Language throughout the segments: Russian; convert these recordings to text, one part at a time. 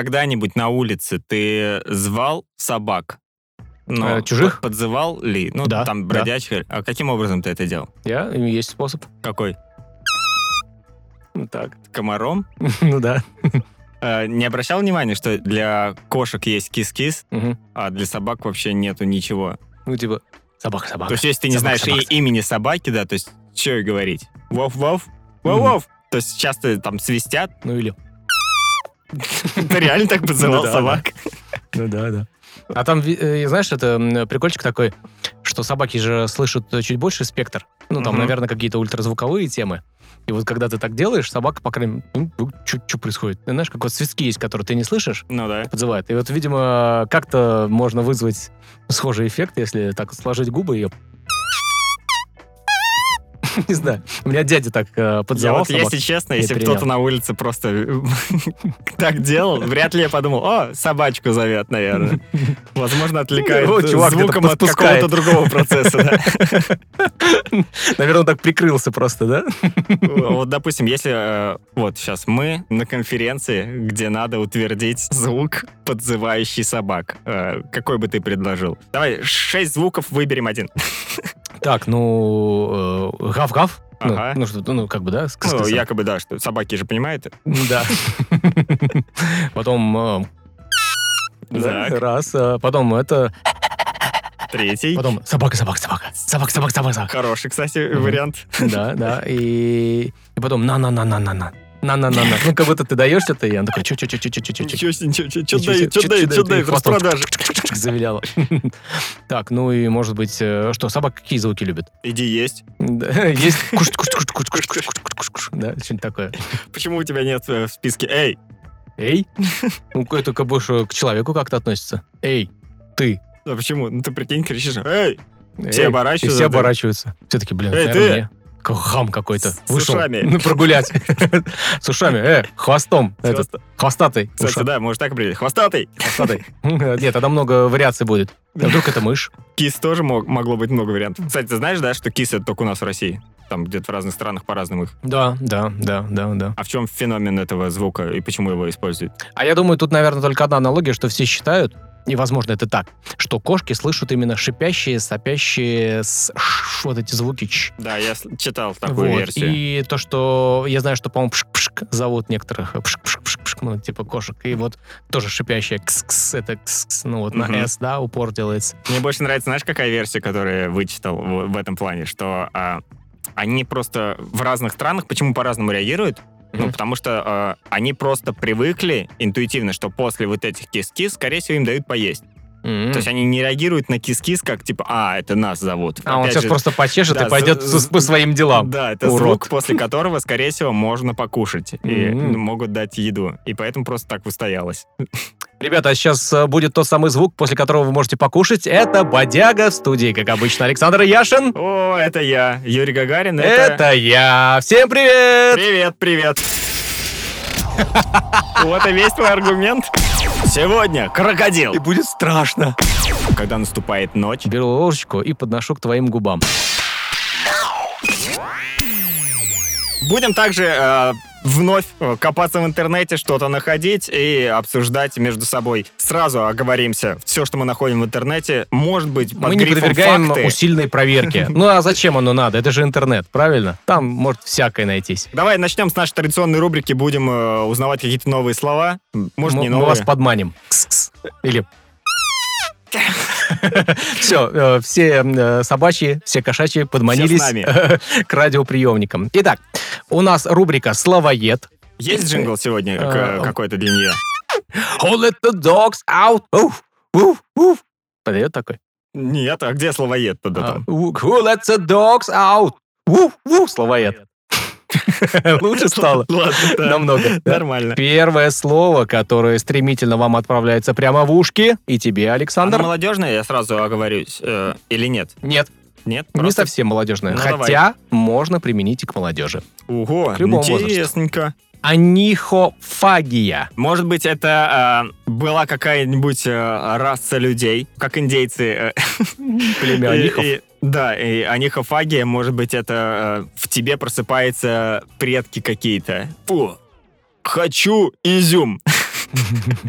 когда-нибудь на улице ты звал собак? Но Э, чужих? под- Подзывал ли? Ну, Да, там, да. бродячих. А каким образом ты это делал? Я? Есть способ. Какой? Вот Так. Комаром? Ну да. Э, не обращал внимания, что для кошек есть кис-кис, Мгм. а для собак вообще нету ничего? Ну типа, собака, собака. То есть, если ты не Собак, знаешь собак, и- имени собаки, да, то есть, что и говорить? Вов-вов? Вов-вов? То есть, часто там свистят. Ну или... Ты реально так Ну подзывал да, собак? Ну да, да. А там, ви- э, знаешь, это м, прикольчик такой, что собаки же слышат э, чуть больше спектр. Ну, там, Мгм. наверное, какие-то ультразвуковые темы. И вот когда ты так делаешь, собака, по крайней мере, ну, ну, чё чё происходит? Ты знаешь, как вот свистки есть, которые ты не слышишь, Ну да. подзывает. И вот, видимо, как-то можно вызвать схожий эффект, если так сложить губы и... Не знаю. У меня дядя так э, Я подзывал вот, собак. если честно, Я если бы перенял. кто-то на улице просто э, так делал, вряд ли я подумал, о, собачку зовет, наверное. Возможно, отвлекает Вот э, Ну, чувак где-то звуком от подпускает. какого-то другого процесса. да. Наверное, он так прикрылся просто, да? Вот, допустим, если э, вот сейчас мы на конференции, где надо утвердить звук, подзывающий собак, Э, какой бы ты предложил? Давай шесть звуков выберем один. Так, ну... э, Гав-гав. Ну, Ага. Ну, что, ну, как бы, да? ск- Ну, сказал. якобы, да, что собаки же понимают. Да. Потом... э, да, Так, Раз. э, Потом это... Третий. Потом собака, собака, собака. Собака, собака, собака, собака. Хороший, кстати, Мгм. вариант. Да, да. И, и потом на-на-на-на-на-на. На-на-на-на. Ну, как будто ты даешь что-то, и он такой чу чу чу чу чу чу чу Ничего себе, ничего себе, чё Ничего себе, дают, чё чё дают, чё дают, и дают, хвостом. распродажи. Завиляло. Так, ну и, может быть, э, что, собака какие звуки любит? Иди есть. Да, Есть кушать, кушать, кушать, кушать, кушать, кушать, кушать, кушать, кушать. Да, что-нибудь такое. Почему у тебя нет э, в списке? Эй, Эй? Ну, это как больше к человеку как-то относится. Эй, ты. а почему? Ну ты прикинь, кричишь, эй, Эй. все И оборачиваются. все оборачиваются. Все таки блин, Эй, наверное, ты!» мне. Как хам какой-то. С- с Вышел. ушами. Ну, прогулять. С ушами. Э, хвостом. Хвост- Этот, Хвостатый. Кстати, Уша- да, может так определить. Хвостатый. Хвостатый. Нет, тогда много вариаций будет. А вдруг это мышь? Кис тоже мог- могло быть много вариантов. Кстати, ты знаешь, да, что кис это только у нас в России? Там где-то в разных странах по-разному их. Да, да, да, да, да. А в чем феномен этого звука и почему его используют? А я думаю, тут, наверное, только одна аналогия, что все считают, и, возможно, это так, что кошки слышат именно шипящие, сопящие, с- ш- вот эти звуки. ч. Да, я с- читал такую Вот. версию. И то, что я знаю, что, по-моему, пшк-пшк зовут некоторых, э, пшк-пшк-пшк-пшк, ну, типа кошек. И вот тоже шипящее кс-кс, это кс-кс, ну, вот Мгм. на «с», да, упор делается. Мне больше нравится, знаешь, какая версия, которую я вычитал в, в этом плане, что а, они просто в разных странах, почему по-разному реагируют? Ну, Мгм. потому что а, они просто привыкли интуитивно, что после вот этих кис-кис, скорее всего, им дают поесть. М. То есть они не реагируют на кис-кис, как типа, а, это нас зовут. А он Опять сейчас же, просто почешет да, и пойдет з- с- по своим делам. Да, это Урок. звук, после которого, скорее всего, можно покушать. И Мгм. ну, могут дать еду. И поэтому просто так устоялось. Ребята, а сейчас э, будет тот самый звук, после которого вы можете покушать. Это «Бодяга» в студии, как обычно, Александр Яшин. О, это я, Юрий Гагарин. Это... Это я. Всем привет! Привет, привет. Вот и весь твой аргумент. Сегодня крокодил. будет страшно. Когда наступает ночь, Беру ложечку и подношу к твоим губам. будем также э, вновь э, копаться в интернете, что-то находить и обсуждать между собой. Сразу оговоримся, все, что мы находим в интернете, может быть под Мы не грифом подвергаем «факты». усиленной проверке. Ну а зачем оно надо? Это же интернет, правильно? Там может всякое найтись. Давай начнем с нашей традиционной рубрики, будем э, узнавать какие-то новые слова. Может, М- не мы новые. вас подманим. Кс-кс. Или... Все, все э, собачьи, все кошачьи подманились Все э, с нами. к радиоприемникам. Итак, у нас рубрика «Словоед». Есть джингл сегодня к- Э, какой-то для нее? Who let the dogs out? Уф, уф, уф. Подает такой? Нет, а где словоед тогда А, там? Who who let the dogs out? Уф, уф, словоед. Лучше стало. Ладно, да. Намного. да? Нормально. Первое слово, которое стремительно вам отправляется прямо в ушки, и тебе, Она Александр. молодежная, А я сразу оговорюсь. э, или нет? Нет, Нет? не просто- совсем молодежное. Ну, Хотя можно применить и к молодежи. Ого, к любому интересненько. Анихофагия. Может быть, это э, была какая-нибудь э, раса людей, как индейцы. э, Племя И- анихов. и- да, и анихофагия, может быть, это э, в тебе просыпаются предки какие-то. Фу, хочу изюм.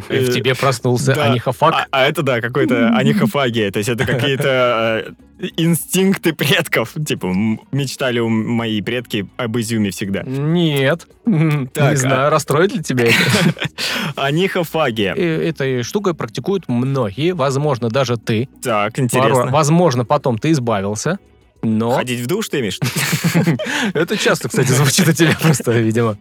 И Э, в тебе проснулся Да. А, анихофак. а это, да, какой-то анихофагия. То есть это какие-то э, инстинкты предков. Типа, м- мечтали у м- мои предки об изюме всегда. Нет. Не Так, а знаю, расстроит ли тебя это. Анихофагия. Э, Этой штукой практикуют многие, возможно, даже ты. Так, Пару- интересно. Возможно, потом ты избавился. Но Ходить в душ ты имеешь? это часто, кстати, звучит у тебя просто, видимо.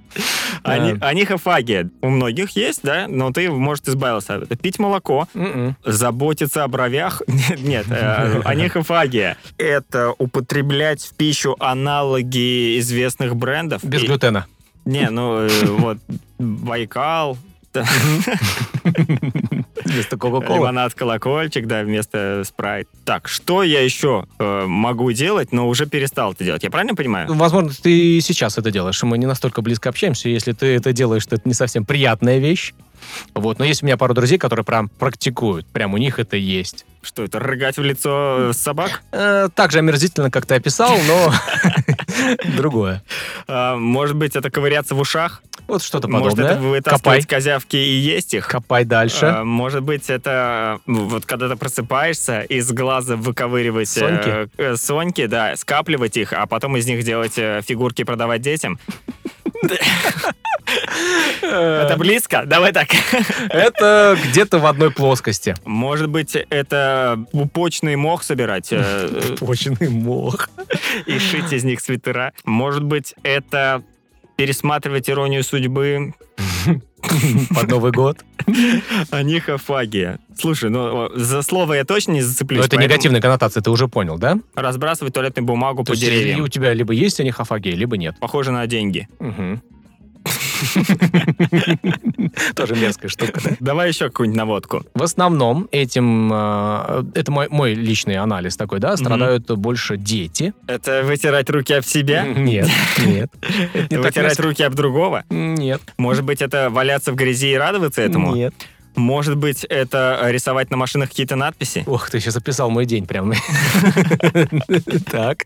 Ани- Да. Анихофагия. У многих есть, да, но ты, может, избавился. от этого. Пить молоко, Мгм. заботиться о бровях. Нет, нет, э, анихофагия. Это употреблять в пищу аналоги известных брендов. Без И- глютена. Не, ну э, вот Байкал, Вместо Кока-Колы. лимонад колокольчик, да, вместо спрайт. Так, что я еще э, могу делать, но уже перестал это делать? Я правильно понимаю? Возможно, ты и сейчас это делаешь. и Мы не настолько близко общаемся. Если ты это делаешь, то это не совсем приятная вещь. Вот. Но есть у меня пару друзей, которые прям практикуют. Прям у них это есть. Что это, рыгать в лицо э, собак? Э, так же омерзительно, как ты описал, но другое. А, может быть, это ковыряться в ушах? Вот что-то Может, это подобное. Копай. вытаскивать козявки и есть их? Копай дальше. А, Может быть, это э, вот когда ты просыпаешься, из глаза выковыривать э, э, соньки, да, скапливать их, а потом из них делать э, фигурки продавать детям. А, Э. Это близко? Давай так. Это где-то в одной плоскости. Может быть, это пупочный мох собирать э, Почный мох. и шить из них свитера. Может быть, это пересматривать иронию судьбы Под Новый год. анихофагия. Слушай, ну э, за слово я точно не зацеплюсь. Но Ну, это поэтому негативная коннотация, ты уже понял, да? Разбрасывать туалетную бумагу То по есть э, деревьям. у тебя либо есть анихофагия, либо нет. Похоже на деньги. Тоже мерзкая штука, да? Давай еще какую-нибудь наводку. В основном этим, э, это мой, мой личный анализ такой, да, страдают больше дети. Это вытирать руки об себя? Нет, нет. Это не так Вытирать мерзко. руки об другого? Нет, Может быть, это валяться в грязи и радоваться этому? нет. Может быть, это рисовать на машинах какие-то надписи? Ох, ты сейчас описал мой день прям. Так.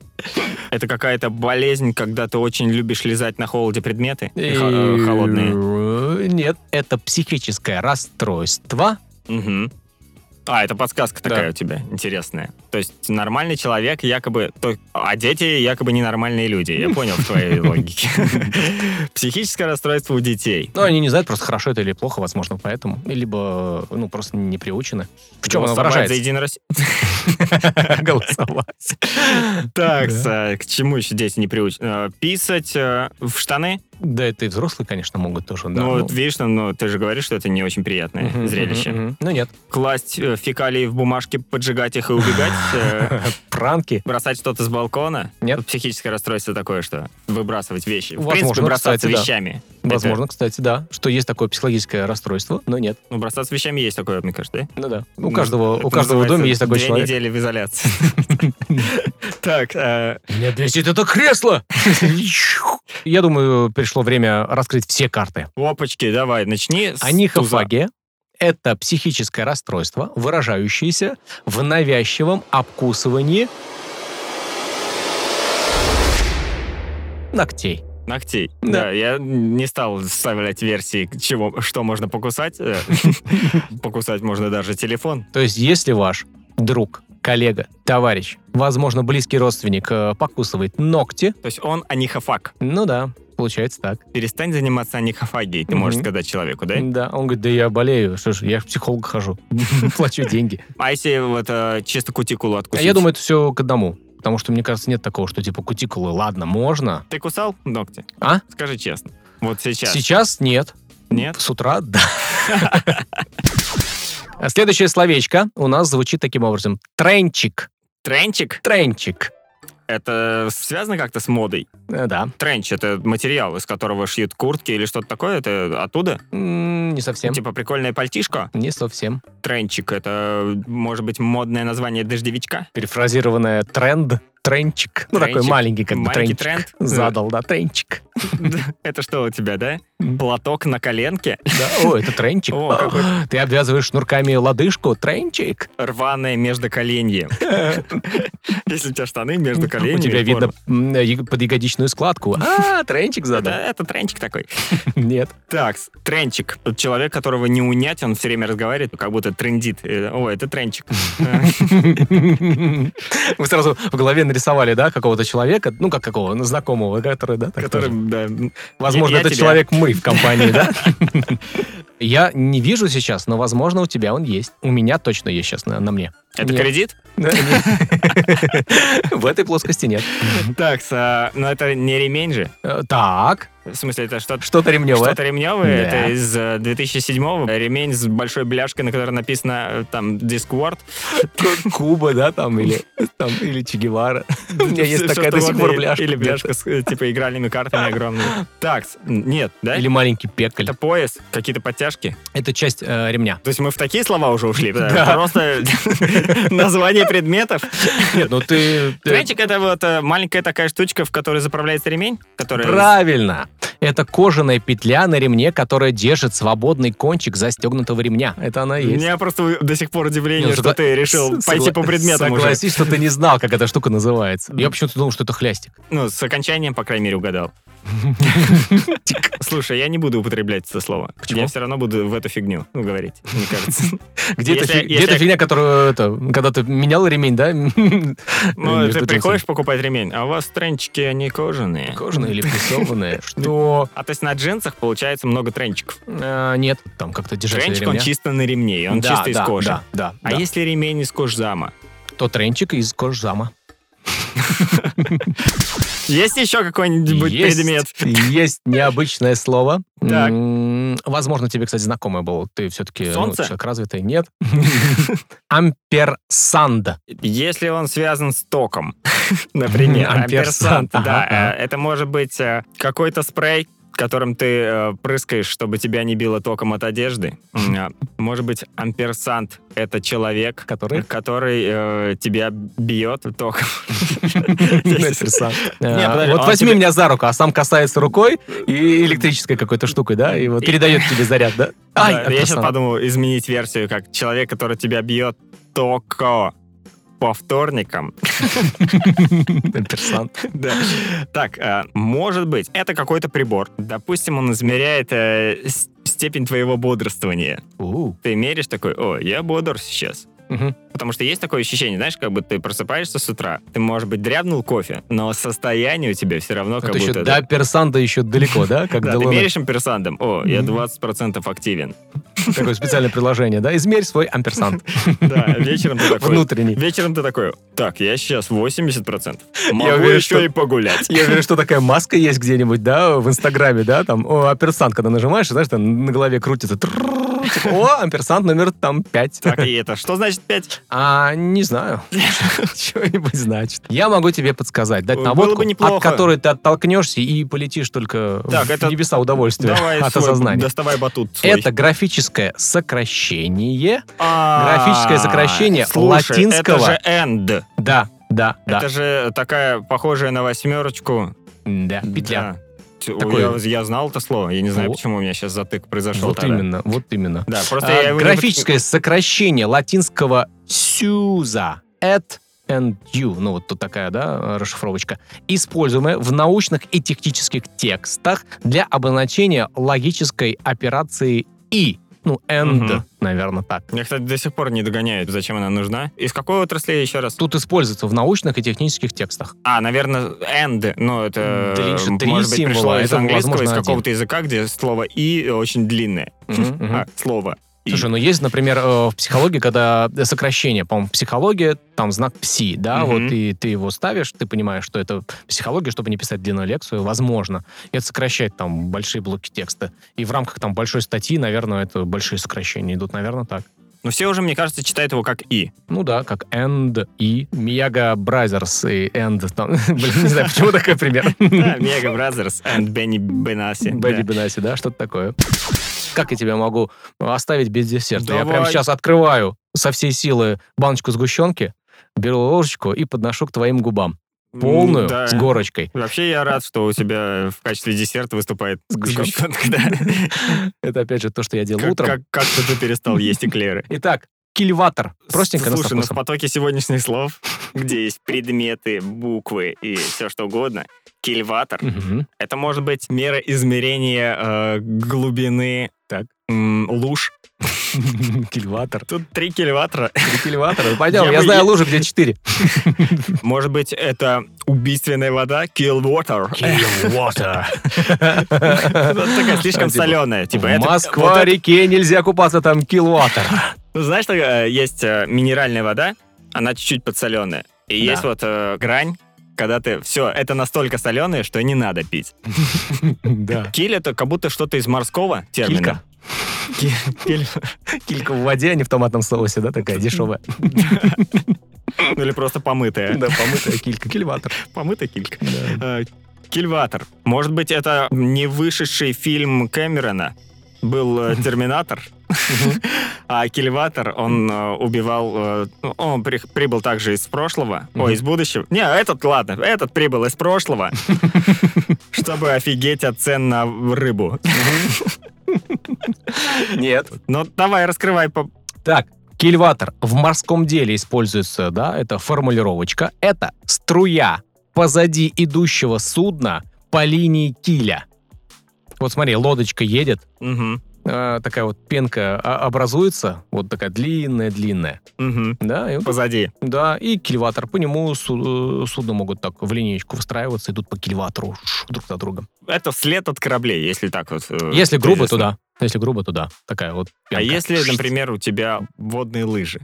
Это какая-то болезнь, когда ты очень любишь лизать на холоде предметы и И- хо- э, холодные. Нет, это психическое расстройство. Мгм. А, это подсказка Да. такая у тебя интересная. То есть нормальный человек якобы... то- а дети якобы ненормальные люди. Я понял в твоей логике. Психическое расстройство у детей. Но Ну, они не знают просто, хорошо это или плохо, возможно, поэтому. Либо, ну, просто не приучены. В чем Голосовать за оно выражается? Единую Россию. Голосовать. Так, Да. с, э, к чему еще дети не приучены? Э, Писать э, в штаны? Да, это и взрослые, конечно, могут тоже. да, ну, ну. вот видишь, ну, ну, ты же говоришь, что это не очень приятное Мгм, зрелище. мгм, мгм. Ну нет, Класть э, фекалии в бумажке, поджигать их и убегать, э, пранки. бросать что-то с балкона. Нет. Психическое расстройство такое, что выбрасывать вещи. В Возможно, принципе, бросаться кстати, да. вещами. Это- Возможно, кстати, да, что есть такое психологическое расстройство, но нет. Ну, бросаться вещами есть такое, мне кажется, да? Ну да. У Ну, каждого, у Это каждого в называется доме есть такой две человек. недели в изоляции. Так, э, Меня бесит это кресло! Я думаю, пришло время раскрыть все карты. опачки, давай, начни. с туза. Анихофагия – это психическое расстройство, выражающееся в навязчивом обкусывании ногтей. Ногтей. Да. Да. я не стал вставлять версии, к чего, что можно покусать. Э, Покусать можно даже телефон. То есть, если ваш друг, коллега, товарищ, возможно, близкий родственник э, покусывает ногти, То есть он анихофаг. ну да, получается так. Перестань заниматься анихофагией, ты Мгм. можешь сказать человеку, да? Да, он говорит, да я болею, что ж, я к психологу хожу, плачу деньги. А если вот э, чисто кутикулу А откусить? я думаю, это все к одному. Потому что, мне кажется, нет такого, что типа кутикулы, ладно, можно. Ты кусал ногти? А? Скажи честно. Вот сейчас. Сейчас нет. Нет? С утра, да. А Следующее словечко у нас звучит таким образом. Тренчик. Тренчик? Тренчик. Это связано как-то с модой? Э, Да. Тренч — это материал, из которого шьют куртки или что-то такое? Это оттуда? М, Не совсем. Типа прикольное пальтишко? Не совсем. Тренчик — это, может быть, модное название дождевичка? Перефразированное тренд. тренчик. Ну, Тренчик. такой маленький, как бы Маленький тренчик. тренд. Задал, да, тренчик. Это что у тебя, да? Платок на коленке, Да, О, это тренчик. О, какой. Ты обвязываешь шнурками лодыжку, тренчик. рваное между коленьем. Если у тебя штаны между коленями. У тебя порваны. видно м, яг- под ягодичную складку. А, тренчик задал. Да, это тренчик такой. Нет. Так, с- тренчик. Тот человек, которого не унять, он все время разговаривает, как будто трендит. Э, О, это тренчик. Э, Вы сразу в голове нарисовали, да, какого-то человека, ну, как какого, ну, знакомого, который, да, так Который, тоже. да, Возможно, я этот тебя. человек мы в компании, да? Я не вижу сейчас, но, возможно, у тебя он есть. У меня точно есть сейчас на, на мне. это Нет. кредит? Да, нет. В этой плоскости нет. Так, с, а, но это не ремень же. Э, Так, В смысле, это что-то что-то ремневое. Что-то ремневое, Да. это из э, 2007-го. Ремень с большой бляшкой, на которой написано э, там Discord. Куба, да, там, или, там, или Че Гевара. У меня есть Всё, такая что до сих угодно, пор бляшка. Или где-то. бляшка с э, типа игральными картами огромными. Так, с- нет, да? Или маленький пекаль. Это пояс, какие-то подтяжки. Это часть э, ремня. То есть мы в такие слова уже ушли. да? Да. Просто название предметов. Нет, ну ты... Тренчик это вот э, маленькая такая штучка, в которой заправляется ремень, который. Правильно! Это кожаная петля на ремне, которая держит свободный кончик застегнутого ремня. Это она У и есть. меня просто до сих пор удивление, Не, ну, что согла- ты решил с- пойти согла- по предметам уже. Согласись, что ты не знал, как эта штука называется. Я почему-то думал, что это хлястик. Ну, с окончанием, по крайней мере, угадал. Слушай, я не буду употреблять это слово. Почему? Я все равно буду в эту фигню ну, говорить, мне кажется. Где-то Если- фи- если- где-то фигня, которую... это, когда ты менял ремень, да? Ну, Между ты джинсами. приходишь покупать ремень, а у вас тренчики, они кожаные. Кожаная или прессованная? Что? А то есть на джинсах получается много тренчиков. Э, Нет, там как-то держатель Тренчик, он ремня. чисто на ремне, и он Да, чисто из да, кожи. Да, да. А да. если ремень из кожзама? То тренчик из кожзама. Есть еще какой-нибудь Есть- предмет? Есть необычное слово. Так. М, Возможно, тебе, кстати, знакомое было. Ты все-таки Солнце? человек развитый. Нет. Амперсанда. Если он связан с током, например, амперсант, Амперсанд, да, ага, ага. э, это может быть э, какой-то спрей, которым ты э, прыскаешь, чтобы тебя не било током от одежды. М, а, Может быть, амперсант — это человек, Который? который э, тебя бьет током. Амперсанд. Не, подожди, Э, Вот он возьми тебе- меня за руку, а сам касается рукой и электрической какой-то штукой, да? И вот И- передает тебе заряд, да? Ай, Да, Я сейчас амперсанд. подумал изменить версию, как человек, который тебя бьет токо по вторникам, Амперсанд. Да. Так, э, может быть, это какой-то прибор. Допустим, он измеряет э, с- степень твоего бодрствования. У. Ты меришь такой, о, я бодр сейчас. Мгм. Потому что есть такое ощущение, знаешь, как будто ты просыпаешься с утра, ты, может быть, дрябнул кофе, но состояние у тебя все равно как Это еще будто... до персанда еще далеко, да? Как Да, до ты луны. меришь имперсандом, о, я Мгм. 20% активен. Такое специальное приложение, да? Измерь свой амперсанд. Да, вечером ты такой... Внутренний. Вечером ты такой, так, я сейчас 80%. Могу уверен, еще что- и погулять. Я уверен, что такая маска есть где-нибудь, да, в Инстаграме, да, там, о, амперсант, когда нажимаешь, знаешь, там на голове крутится. тррррр, типа, О, амперсант номер там 5. Так, и это что значит 5? А, не знаю. Что-нибудь значит. Я могу тебе подсказать, дать Было наводку, бы неплохо. от которой ты оттолкнешься и полетишь только Так, в это- небеса удовольствия Давай от свой, осознания. доставай батут свой. Это графическое сокращение. А, Графическое сокращение слушай, латинского. Это же end. Да, да, да. Это же такая похожая на восьмерочку. Да, петля. Да. Тю, Такое. Я, я знал это слово. Я не знаю, Вот. почему у меня сейчас затык произошел. Вот тогда. именно, вот именно. Да, просто А, я его не графическое сокращение латинского «сюза» — «at» and you, ну вот тут такая, да, расшифровочка, используемая в научных и технических текстах для обозначения логической операции «и». Ну, «and», Мгм. наверное, так. под- Я, кстати, до сих пор не догоняю, зачем она нужна. Из какой отрасли еще раз? Тут используется в научных и технических текстах. А, наверное, end. Ну, это Да лишь э, три может быть, символа, пришло из это, английского, возможно, из один. какого-то языка, где слово и очень длинное. Мгм, мгм. А, слово. «и». Слушай, ну есть, например, э, в психологии, когда сокращение, по-моему, психология, там знак пси, да, Мгм. вот и ты его ставишь, ты понимаешь, что это психология, чтобы не писать длинную лекцию, возможно. И это сокращает там большие блоки текста. И в рамках там большой статьи, наверное, это большие сокращения идут, наверное, так. Но все уже, мне кажется, читают его как и. Ну да, как End и Мияга Бразерс и End. Там, блин, не знаю, почему такой пример. Да, Мега Бразерс and Бенни Бенаси. Бэби Бенаси, да, что-то такое. Как я тебя могу оставить без десерта? Я прямо Давай. сейчас открываю со всей силы баночку сгущенки, беру ложечку и подношу к твоим губам. полную, Да. с горочкой. Вообще я рад, что у тебя в качестве десерта выступает Сгущенка. сгущенка. да. Это, опять же, то, что я делал Как- утром. Как как же ты перестал есть эклеры? Итак, кильватор. Простенько, но с Слушай, ну в вкусом. потоке сегодняшних слов, где есть предметы, буквы и все что угодно, кильватор, Мгм. это может быть мера измерения э, глубины Так. м, луж. Кильватор. Тут три кильватора. Три кильватора. Ну, Пойдем, Я я бы знаю е- лужи, где четыре. Может быть, это убийственная вода, kill water. Кильватор. Вот Такая слишком Типа, соленая. Типа, В это- вот это- Москва-реке нельзя купаться, там кильватор. Ну, знаешь, так, э, есть э, минеральная вода, она чуть-чуть подсоленая. И Да. есть вот э, грань, когда ты все, это настолько соленое, что не надо пить. Да. Киль это как будто что-то из морского термина. Килька. Килька в воде, а не в томатном соусе, да, такая дешевая. Ну или просто помытая. Да, помытая килька, кильватор. Помытая килька. Да. Э, Кильватор. Может быть, это не вышедший фильм Кэмерона? Был э, Терминатор, а Кильватор, он э, убивал... э, ну, Он при- прибыл также из прошлого. Мгм. Ой, из будущего. Не, этот, ладно, этот прибыл из прошлого, чтобы офигеть от цен на рыбу. Нет. Ну, давай, раскрывай. по- Так, кильватор в морском деле используется, да, это формулировочка. Это струя позади идущего судна по линии киля. Вот смотри, лодочка едет, Мгм, э, такая вот пенка а, образуется, вот такая длинная-длинная, мгм. да, и, вот- Позади. да, и кильватор, по нему су- э, судна могут так в линеечку выстраиваться, идут по кильватору ш, друг за другом. Это след от кораблей, если так вот. э, Если грубо, тезисно. туда, если грубо, туда, такая вот А пенка. если, Ш- например, у тебя водные лыжи?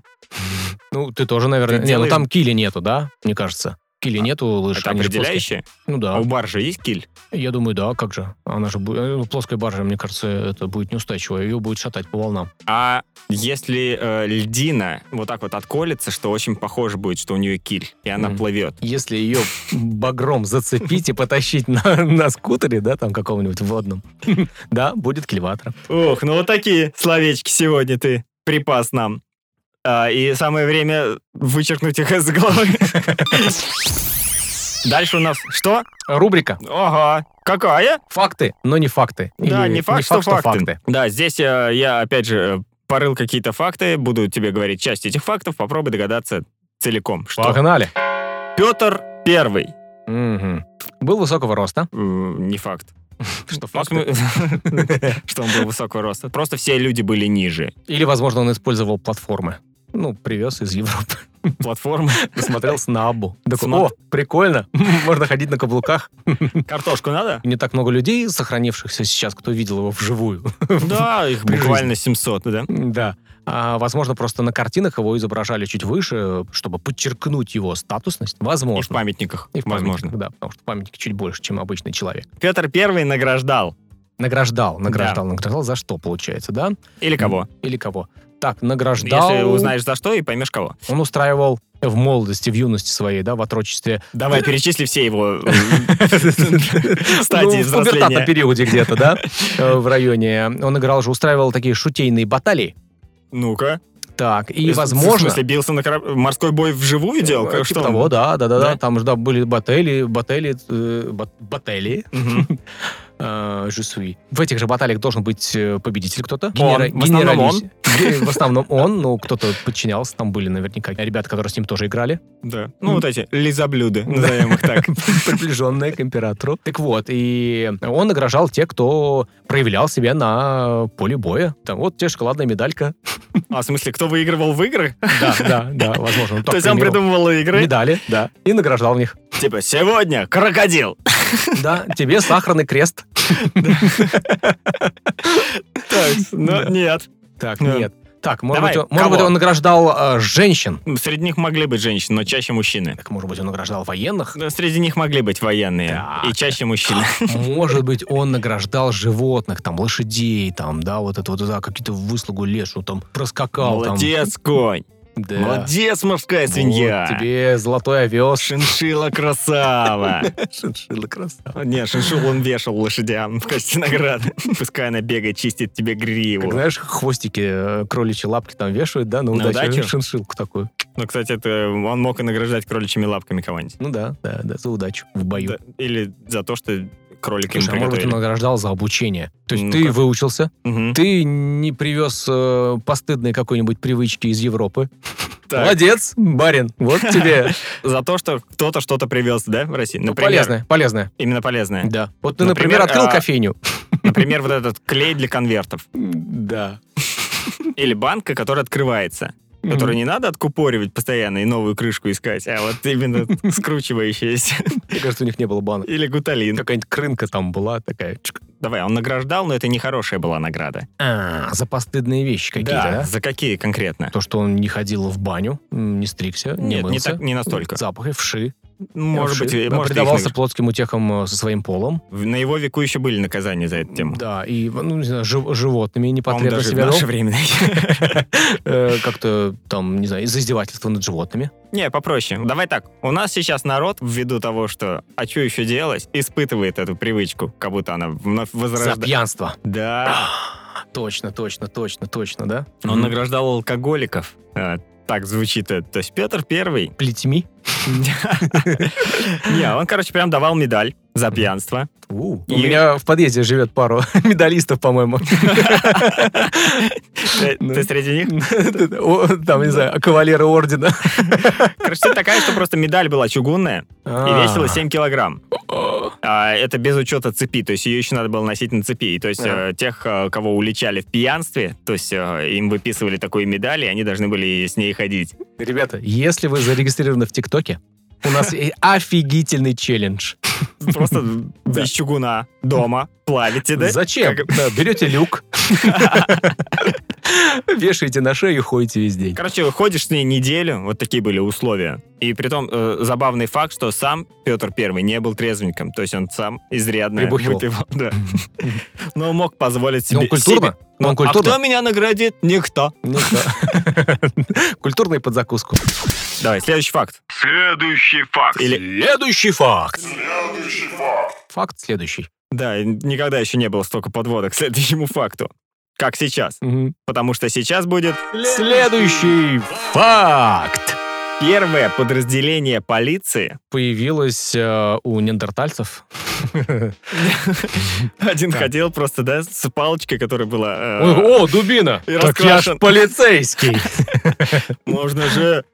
Ну, ты тоже, наверное... Ты не, делаешь- ну там киля нету, да? Мне кажется. Кили нету лыж. Это они же определяющее? плоские. Ну А да. у баржи есть киль? Я думаю, да, как же. Она же будет... э, Плоская баржа, мне кажется, это будет неустойчиво. Ее будет шатать по волнам. А если э, льдина вот так вот отколется, что очень похоже будет, что у нее киль, и она Мгм. плывет. Если ее багром зацепить и потащить на, на скутере, да, там каком-нибудь водном, да, будет кильватор. Ох, ну вот такие словечки сегодня ты припас нам. А, и самое время вычеркнуть их из головы. Дальше у нас что? Рубрика Ага, какая? «Факты, но не факты». Да, Или не факт, что факты. Да, здесь э, я, опять же, э, порыл какие-то факты, буду тебе говорить часть этих фактов, попробуй догадаться целиком. Что? Погнали. Петр Первый. Мгм. Был высокого роста. М, Не факт. Что Ну, факты? Что он был высокого роста. Просто все люди были ниже Или, возможно, он использовал платформы. Ну, привез из Европы. платформы. Смотрелся на Абу. Такой, Сма- О, прикольно, можно ходить на каблуках. Картошку надо? Не так много людей, сохранившихся сейчас, кто видел его вживую. Да, их При буквально 700, да. Да. А, возможно, просто на картинах его изображали чуть выше, чтобы подчеркнуть его статусность. И в Возможно. памятниках, И в памятниках, возможно. Да, потому что памятник чуть больше, чем обычный человек. Петр Первый награждал. Награждал, награждал, награждал. За что, получается, да? Или кого? Или кого? Так, награждал. Если узнаешь за что и поймешь кого. Он устраивал в молодости, в юности своей, да, в отрочестве Давай перечисли все его э, Ну, стадии в пубертатном взросления. периоде где-то, да, э, в районе. Он играл же, устраивал такие шутейные баталии. Ну-ка. Э, Так, и, В- В возможно... смысле, бился на кораб- морской бой вживую делал? э, Как- Что типа он- того, да, да, да, да. Да? Там же да, были батели, батели, э, бат- батели, Мгм. э, je suis. В этих же баталиях должен быть э, победитель кто-то. Он. В основном генералисс- ге- В основном он, ну, кто-то подчинялся. Там были наверняка ребята, которые с ним тоже играли. Да. Ну, вот эти лизоблюды, назовем их так. приближенная к императору. Так вот, и он награждал те, кто проявлял себя на поле боя. Там вот тебе шоколадная медалька. А, в смысле, кто выигрывал в игры? Да, да, да, возможно. он так То есть он примерил придумывал игры? медали, да, и награждал в них. Типа, сегодня крокодил. Да, тебе сахарный крест. Но Да. нет. Так, Да. нет. Так, может Давай, быть, он- может быть, кого? он награждал э, женщин. Среди них могли быть женщины, но чаще мужчины. Так, может быть, он награждал военных. Да, Среди них могли быть военные Так. и чаще мужчины. Может быть, он награждал животных, там, лошадей, там, да, вот это вот, да, какие-то выслугу лешего, там, проскакал, там. Молодец, конь. Да. Молодец, морская Вот свинья. тебе золотой овес. Шиншила красава. Шиншилла красава. Не, шиншил он вешал лошадям в качестве награды. Пускай она бегает, чистит тебе Как гриву. знаешь, хвостики э, кроличьи лапки там вешают, да, на На удачу. удачу? Шиншилку такую. Ну, кстати, это он мог и награждать кроличьими лапками кого-нибудь. Ну да, да, да, за удачу в бою. Да, Или за то, что кролики им Слушай, а может быть, он приготовили. награждал за обучение. То есть Ну, ты как? выучился, Мгм. ты не привез э, постыдной какой-нибудь привычки из Европы. Так, Молодец, барин, вот тебе За то, что кто-то что-то привез, да, в России? Ну, Например, полезное, полезное. Именно полезное. Да. Вот ты, например, Например, открыл а- кофейню. Например, вот этот клей для конвертов. Да. Или банка, которая открывается. Которую не надо откупоривать постоянно и новую крышку искать, а вот именно скручивающаяся. Мне кажется, у них не было банок. Или гуталин. Какая-нибудь крынка там была такая. чик. Давай, он награждал, но это не хорошая была награда. А, за постыдные вещи какие-то, да? За какие конкретно? То, что он не ходил в баню, м, не стригся, не Нет, не, мылся. так, не настолько. Запахи, вши. Может быть, вши. э, Да, может, ты их предавался награж- плотским утехам э, со своим полом. В- на его веку еще были наказания за эту тему. Да, и ну, не знаю, жив- животными По-моему, непотребно даже в себя наше вел. время. Э, Как-то там, не знаю, из-за издевательства над животными. Не, попроще. Давай так. У нас сейчас народ, ввиду того, что «а что еще делать?», испытывает эту привычку, как будто она вновь За возрождается. пьянство. Да. Точно, точно, точно, точно, да? Он М. награждал алкоголиков. Э, Так звучит это. То есть Петр Первый... Плетьми. Не, он, короче, прям давал медаль за пьянство. У И- меня в подъезде живет пару медалистов, по-моему. Ты Ну. ты среди них? О, Там, не знаю, кавалеры ордена. Короче, суть такая, что просто медаль была чугунная и весила 7 килограмм. А. А это без учета цепи, то есть ее еще надо было носить на цепи. И то есть Ага. э, тех, э, кого уличали в пьянстве, то есть э, им выписывали такую медаль, и они должны были с ней ходить. Ребята, если вы зарегистрированы в ТикТоке, у нас и офигительный челлендж. Просто Да. из чугуна дома плавите, да? Зачем? Да, Берете люк, вешаете на шею и ходите весь день. Короче, ходишь с ней неделю, вот такие были условия. И притом э, забавный факт, что сам Петр Первый не был трезвенником, то есть он сам изрядно Прибухивал. выпивал, да. Но мог позволить себе. Ну, культурно? себе- Ну, Ну, а культурно? кто меня наградит? Никто. Ну да. Культурный под закуску. Давай, следующий факт. Следующий факт. Или Следующий факт. Факт следующий. Да, и никогда еще не было столько подводок к следующему факту. Как сейчас. Мгм. Потому что сейчас будет Следующий факт. первое подразделение полиции. Появилось э, у неандертальцев. Один Так. ходил просто, да, с палочкой, которая была... э, О, дубина! И Так я ж раскрашен. полицейский! Можно же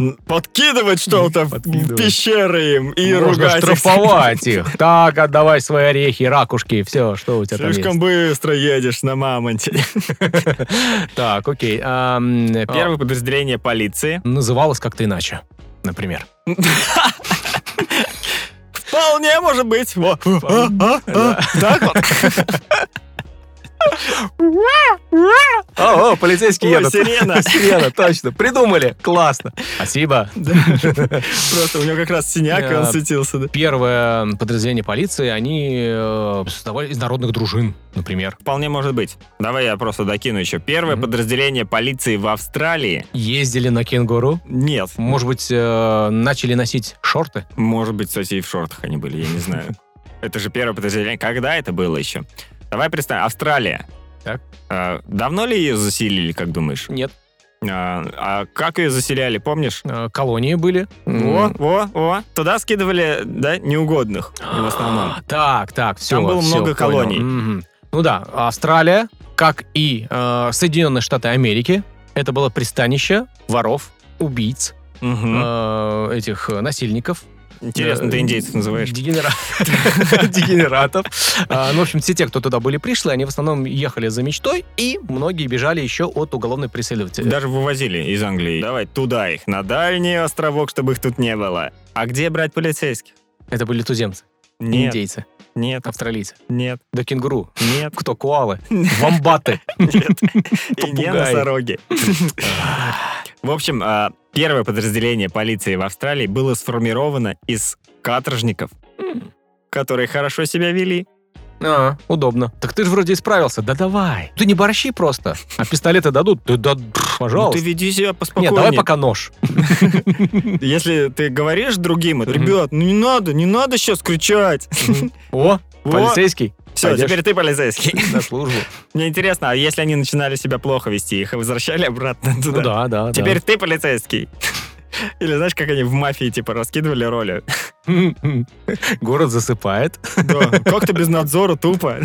м, подкидывать что-то в- в Подкидывать. пещеры им и Можно ругать их. штрафовать их. Так, отдавай свои орехи, ракушки, все, что у тебя Слишком быстро едешь на мамонте. там есть. Так, окей. ам, э, Первое подразделение полиции. Называлось как-то иначе, например. Вполне может быть. Во. А, а, Да. а. Так вот. О, полицейский Ой, сирена. Сирена, точно. Придумали. Классно. Спасибо. Да. Просто у него как раз синяк, и он Да. светился. да. Первое подразделение полиции, они э, создавали из народных дружин, например. Вполне может быть. Давай я просто докину еще. Первое Мгм. подразделение полиции в Австралии. Ездили на кенгуру. Нет. Может быть, э, начали носить шорты? Может быть, кстати, и в шортах они были, я не знаю. Это же первое подразделение. Когда это было еще? Давай представим. Австралия. Так. А, Давно ли ее заселили, как думаешь? Нет. А а как ее заселяли, помнишь? Э, колонии были. О, о, о. Туда скидывали, да, неугодных в основном. А, Так, так, все. Там было много колоний. Ну да, Австралия, как и э, Соединенные Штаты Америки, это было пристанище воров, убийц, Мгм. э, этих э, насильников. Интересно, ты э, индейцев называешь. дегенера- Дегенератов. А, Ну, в общем, все те, кто туда были пришли, они в основном ехали за мечтой, и многие бежали еще от уголовной преследователя. Даже вывозили из Англии. Давай туда их, на дальний островок, чтобы их тут не было. А где брать полицейских? Это были туземцы, не Нет, индейцы, нет, австралийцы. нет, Да кенгуру. нет, Кто? Коалы. Вамбаты. нет. И не Попугаи. носороги. В общем, а, первое подразделение полиции в Австралии было сформировано из каторжников, которые хорошо себя вели. Ну, А, удобно. Так ты же вроде исправился. Да давай. Ты не борщи просто. А пистолеты дадут? Да, да, пф, Ну, Пожалуйста. ты веди себя Нет, поспокойнее. давай пока нож. Если ты говоришь другим, Мгм. ребят, ну не надо, не надо сейчас кричать. О, Во. полицейский. Все, Пойдёшь. теперь ты полицейский. На службу. Мне интересно, а если они начинали себя плохо вести, их возвращали обратно Ну туда? да, да. да. Теперь ты полицейский. Или знаешь, как они в мафии, типа, раскидывали роли? Город засыпает. Да, как-то без надзора, тупо.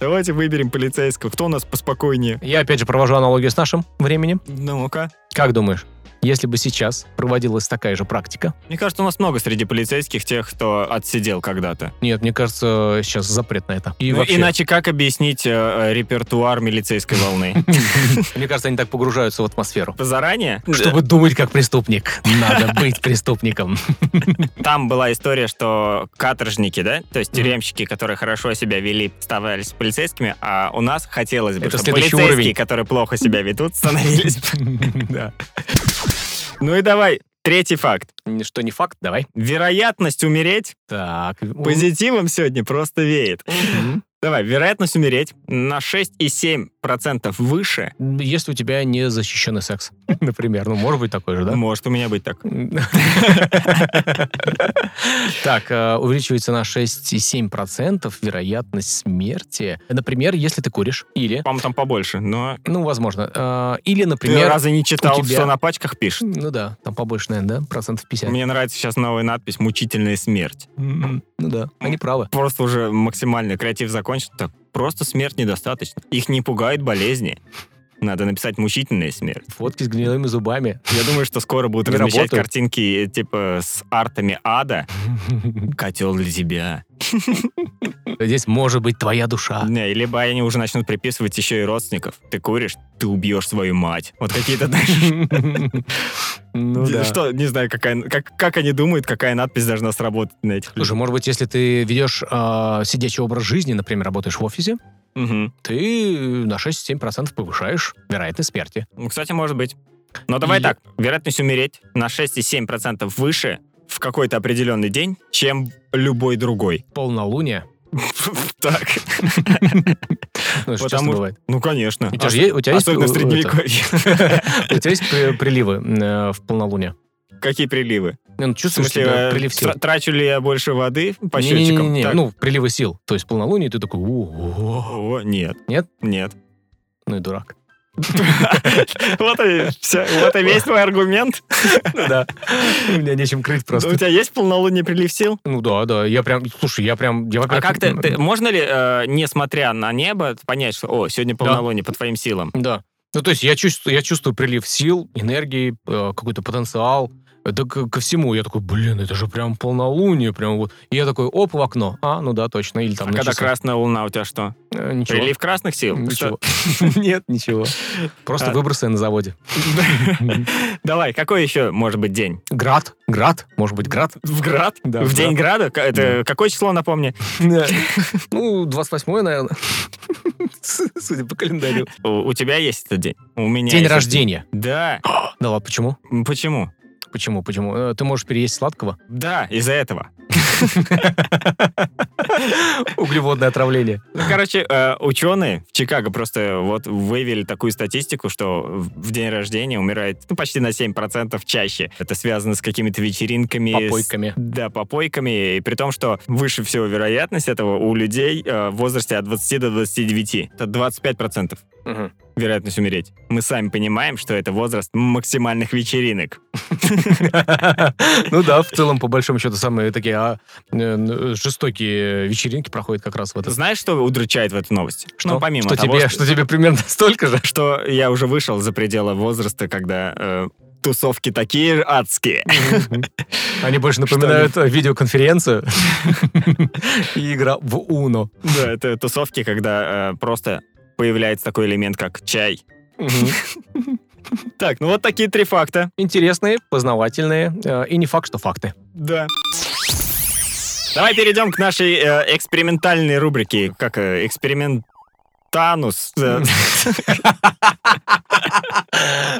Давайте выберем полицейского. Кто у нас поспокойнее? Я опять же провожу аналогию с нашим временем. Ну-ка. Как думаешь, если бы сейчас проводилась такая же практика? Мне кажется, у нас много среди полицейских тех, кто отсидел когда-то. Нет, мне кажется, сейчас запрет на это. И Ну, вообще, Иначе как объяснить э, э, репертуар милицейской волны? мне кажется, они так погружаются в атмосферу. Заранее? Чтобы думать как преступник, надо быть преступником. Там была история, что каторжники, да, то есть Мгм. тюремщики, которые хорошо себя вели, становились полицейскими, а у нас хотелось бы, Это чтобы следующий полицейские, уровень. которые плохо себя ведут, становились. Да. Ну и давай, третий факт. Что не факт, давай. Вероятность умереть Так. позитивом сегодня просто веет. Мгм. Давай, вероятность умереть на 6,7% выше. Если у тебя не защищенный секс, например, ну, может быть такой же, да? Может у меня быть так. Так, э, увеличивается на 6,7% вероятность смерти. Например, если ты куришь. Или, По-моему, там побольше, но... ну, возможно. э, Или, Ты например... разве не читал, тебя- что на пачках пишет? Ну да, там побольше, наверное, да? Процентов 50. Мне нравится сейчас новая надпись «Мучительная смерть». М, Ну да, они правы. Просто уже максимально креатив закончен. Так, просто смерть недостаточно. Их не пугают болезни. Надо написать «мучительная смерть». Фотки с гнилыми зубами. Я думаю, что скоро будут Не размещать работают. картинки э, типа с артами ада. Котел для тебя. Здесь может быть твоя душа. Не, либо они уже начнут приписывать еще и родственников. Ты куришь, ты убьешь свою мать. Вот какие-то знаешь, Ну да. Что, не знаю, какая, как, как они думают, какая надпись должна сработать на этих Слушай, может быть, если ты ведешь э, сидячий образ жизни, например, работаешь в офисе, людей. Мгм. ты на 6-7% повышаешь вероятность смерти. Ну, Кстати, может быть. Но давай И- так. Вероятность умереть на 6,7% выше в какой-то определенный день, чем любой другой. Полнолуние. Так. Ну, это же Потому часто что- бывает. Ну, конечно. У тебя же есть- у тебя есть э, Особенно в у- у- это- средневековье. У тебя есть при- приливы э, в полнолуние? Какие приливы? Не, ну, В чувствуешь смысле, себя э, прилив сил? тра- трачу ли я больше воды по Не-не-не-не, счетчикам? Так. ну, приливы сил. То есть полнолуние, ты такой, «Ого». О, нет. Нет? Нет. ну и дурак. Вот и всё. Вот и весь твой аргумент. Да, у меня нечем крыть У тебя есть полнолуние прилив сил? Ну да, да, я прям, слушай, я прям, я А во-первых, как ты, м, ты- можно ли, э, несмотря на небо, понять, что, о, сегодня полнолуние по твоим силам? Да. Ну, то есть я чувствую, я чувствую прилив сил, энергии, э, какой-то потенциал. Да к- ко всему. Я такой, блин, это же прям полнолуние, прям вот. И я такой, оп, в окно. А, ну да, точно. Или там а на когда часах. красная луна у тебя что? Э, ничего. Прилив красных сил? Ничего. Нет, ничего. Просто А. выбросы на заводе. Что? Давай, какой еще может быть день? Град. Град. Может быть, град? В град? Да, в в день града? К- Это какое число, напомни? Ну, 28 наверное. С- Судя по календарю. У у тебя есть этот день? У меня День есть этот рождения. Да. Да ладно, почему? М, Почему? Почему? Почему? Э, Ты можешь переесть сладкого? Да, из-за этого. Углеводное отравление. Ну, короче, э, ученые в Чикаго просто вот вывели такую статистику, что в в день рождения умирает ну, почти на 7% чаще. Это связано с какими-то вечеринками. с- Попойками. Да, попойками. И при том, что выше всего вероятность этого у людей э, в возрасте от 20 до 29. Это 25% Мгм. вероятность умереть. Мы сами понимаем, что это возраст максимальных вечеринок. Ну да, в целом, по большому счету, самые такие а, э, н- жестокие вечеринки проходят как раз в этом. Знаешь, что удручает в этой новости? Ну, помимо что того, тебе, что... тебе примерно столько же. что я уже вышел за пределы возраста, когда э, тусовки такие же адские. Они больше напоминают э, видеоконференцию и игра в Уно. Да, это тусовки, когда э, просто появляется такой элемент, как чай. Так, ну вот такие три факта. Интересные, познавательные э, и не факт, что факты. Да. Давай перейдем к нашей э, экспериментальной рубрике. Как э, эксперимент... Танус. Э,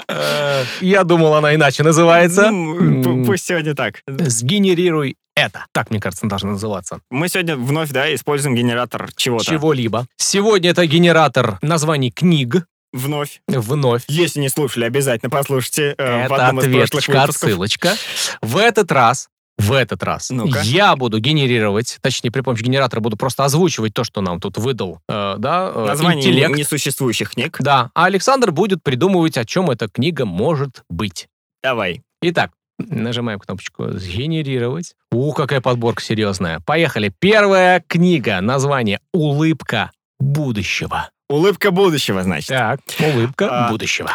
Э, Я думал, она иначе называется. ну, пу- Пусть сегодня так. Сгенерируй это. Так, мне кажется, она должна называться. Мы сегодня вновь, да, используем генератор чего-то. Чего-либо. Сегодня это генератор названий книг, вновь. Вновь. Если не слушали, обязательно послушайте э, в Это одном из прошлых ответочка, выпусков. отсылочка. В этот раз, в этот раз Ну-ка. я буду генерировать, точнее, при помощи генератора буду просто озвучивать то, что нам тут выдал, э, да, э, Название интеллект. несуществующих книг. Да, а Александр будет придумывать, о чем эта книга может быть. Давай. Итак, нажимаем кнопочку «Сгенерировать». У, какая подборка серьезная. Поехали. Первая книга. Название «Улыбка будущего». Улыбка будущего, значит. Так, «Улыбка А. будущего».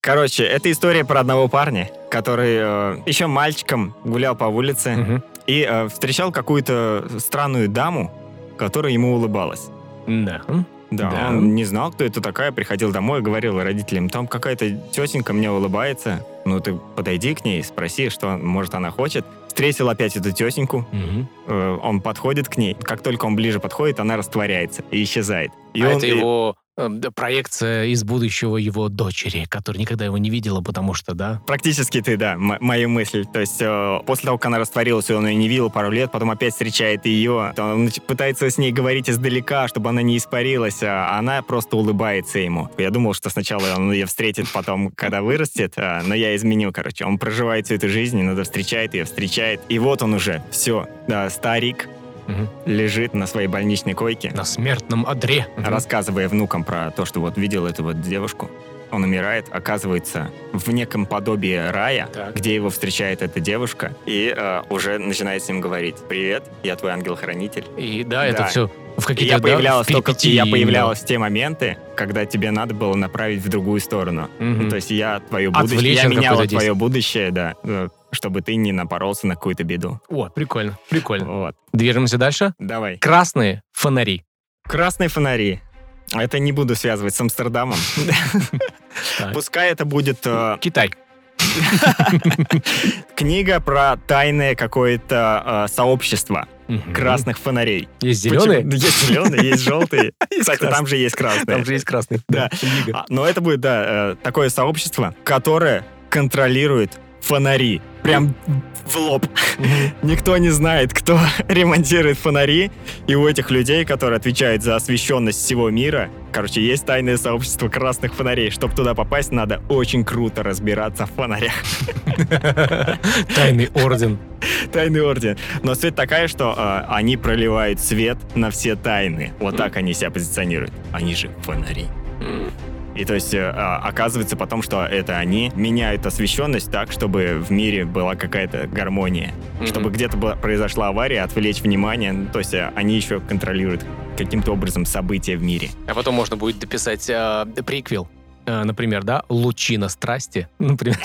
Короче, это история про одного парня, который э, еще мальчиком гулял по улице Мгм. и э, встречал какую-то странную даму, которая ему улыбалась. Да. Да, Да. он не знал, кто это такая, приходил домой и говорил родителям, там какая-то тетенька мне улыбается, ну ты подойди к ней, спроси, что, может, она хочет. Встретил опять эту тетеньку, Мгм. э, он подходит к ней, как только он ближе подходит, она растворяется и исчезает. И а он- это и- его э, да, проекция из будущего его дочери, которая никогда его не видела, потому что, да? Практически ты, да, м- мою мысль. То есть э, после того, как она растворилась, и он ее не видел пару лет, потом опять встречает ее, то он нач- пытается с ней говорить издалека, чтобы она не испарилась, а она просто улыбается ему. Я думал, что сначала он ее встретит, потом, когда вырастет, а, но я изменил, короче. Он проживает всю эту жизнь, иногда встречает ее, встречает, и вот он уже, все, да, старик Мгм. лежит на своей больничной койке, На смертном одре. Мгм. рассказывая внукам про то, что вот видел эту вот девушку. Он умирает, оказывается, в неком подобии рая, Так. где его встречает эта девушка и э, уже начинает с ним говорить. Привет, я твой ангел-хранитель. И да, Да. это все в И какие-то я да, появлялась только и перипетии я именно. появлялась в те моменты, когда тебе надо было направить в другую сторону. Ну, Мгм. То есть я твое будущее, Отвлечь я от меняла какого-то действия. твое будущее, да, э, чтобы ты не напоролся на какую-то беду. О, прикольно, прикольно. Вот, Движемся дальше. давай. Красные фонари. Красные фонари. Это не буду связывать с Амстердамом. Так. Пускай это будет э, Китай. книга про тайное какое-то э, сообщество красных фонарей. Есть зеленые? Почему- Есть зеленые, есть желтые. Кстати, там же есть красные. Там же есть красные. Да. Лига. А, Но это будет, да, э, такое сообщество, которое контролирует фонари. Прям в лоб. Никто не знает, кто ремонтирует фонари. И у этих людей, которые отвечают за освещенность всего мира, короче, есть тайное сообщество красных фонарей. Чтобы туда попасть, надо очень круто разбираться в фонарях. Тайный орден. Тайный орден. Но суть такая, что э, они проливают свет на все тайны. Вот так они себя позиционируют. Они же фонари. И то есть э, а, оказывается потом, что это они меняют освещенность так, чтобы в мире была какая-то гармония. Чтобы где-то была- произошла авария, отвлечь внимание. Ну, То есть э, они еще контролируют каким-то образом события в мире. А потом можно будет дописать э, приквел. Э, Например, да, «Лучина страсти». Например.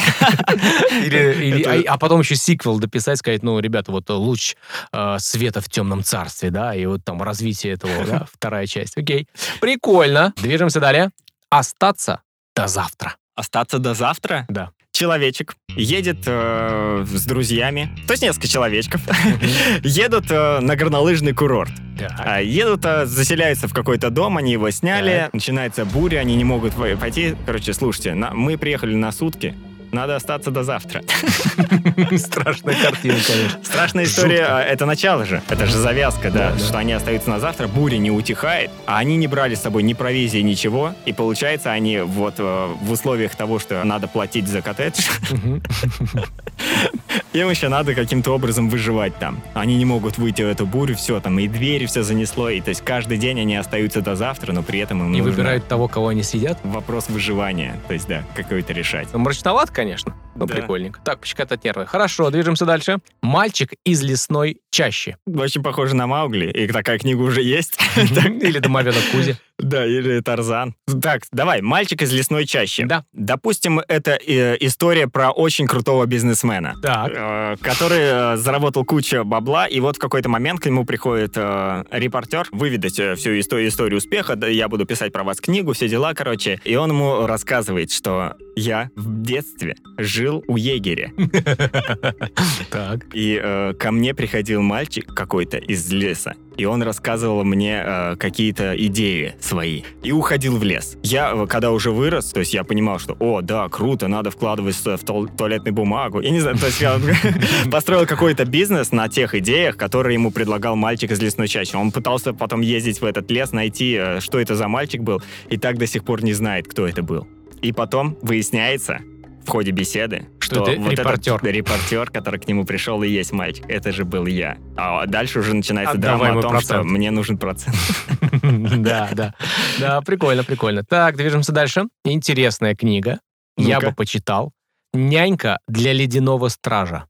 Или- или- Это- а, а потом еще сиквел дописать, сказать, ну, ребята, вот э, луч э, света в темном царстве, да, и вот там развитие этого, да, вторая часть. Окей. Прикольно. Движемся далее. Остаться до завтра. Остаться до завтра? Да. Человечек едет э, с друзьями, то есть несколько человечков, едут э, на горнолыжный курорт. Так. А, Едут, а, заселяются в какой-то дом, они его сняли, начинается буря, они не могут вой- пойти. Короче, слушайте, на- мы приехали на сутки, надо остаться до завтра. Страшная картина, Ну, конечно. Страшная Жутко. история, а, это начало же, это же завязка, да, Да, да. что они остаются на завтра, буря не утихает, а они не брали с собой ни провизии, ничего, и получается они вот э, в условиях того, что надо платить за коттедж, Мгм. Им еще надо каким-то образом выживать там. Они не могут выйти в эту бурю, все там, и двери все занесло, и то есть каждый день они остаются до завтра, но при этом им И нужно выбирают того, кого они съедят. вопрос выживания, то есть, да, какой-то решать. Мрачноват, конечно, но Да. прикольненько. Так, пощекотать от нервы. Хорошо, движемся дальше. Мальчик из лесной чащи. Очень похоже на Маугли, и такая книга уже есть. Или домовенок Кузи. Да, или Тарзан. Так, давай, «Мальчик из лесной чащи». Да. Допустим, это э, история про очень крутого бизнесмена. Так. э, который э, заработал кучу бабла, и вот в какой-то момент к нему приходит э, репортер выведать э, всю исто- историю успеха, да, я буду писать про вас книгу, все дела, короче. И он ему рассказывает, что я в детстве жил жил у егеря. Так. И э, ко мне приходил мальчик какой-то из леса, и он рассказывал мне э, какие-то идеи свои. И уходил в лес. Я, э, когда уже вырос, то есть я понимал, что, о, да, круто, надо вкладываться в туал- туалетную бумагу. Я не знаю, то есть я построил какой-то бизнес на тех идеях, которые ему предлагал мальчик из лесной чащи. Он пытался потом ездить в этот лес, найти, э, что это за мальчик был, и так до сих пор не знает, кто это был. И потом выясняется в ходе беседы, Что что, это вот репортер. этот репортер, который к нему пришел, и есть мальчик. Это же был я. А дальше уже начинается Отдавай драма мой о том, что процент. мне нужен процент. Да, да. Да, прикольно, прикольно. Так, движемся дальше. Интересная книга. Я Ну-ка. бы почитал. «Нянька для ледяного стража».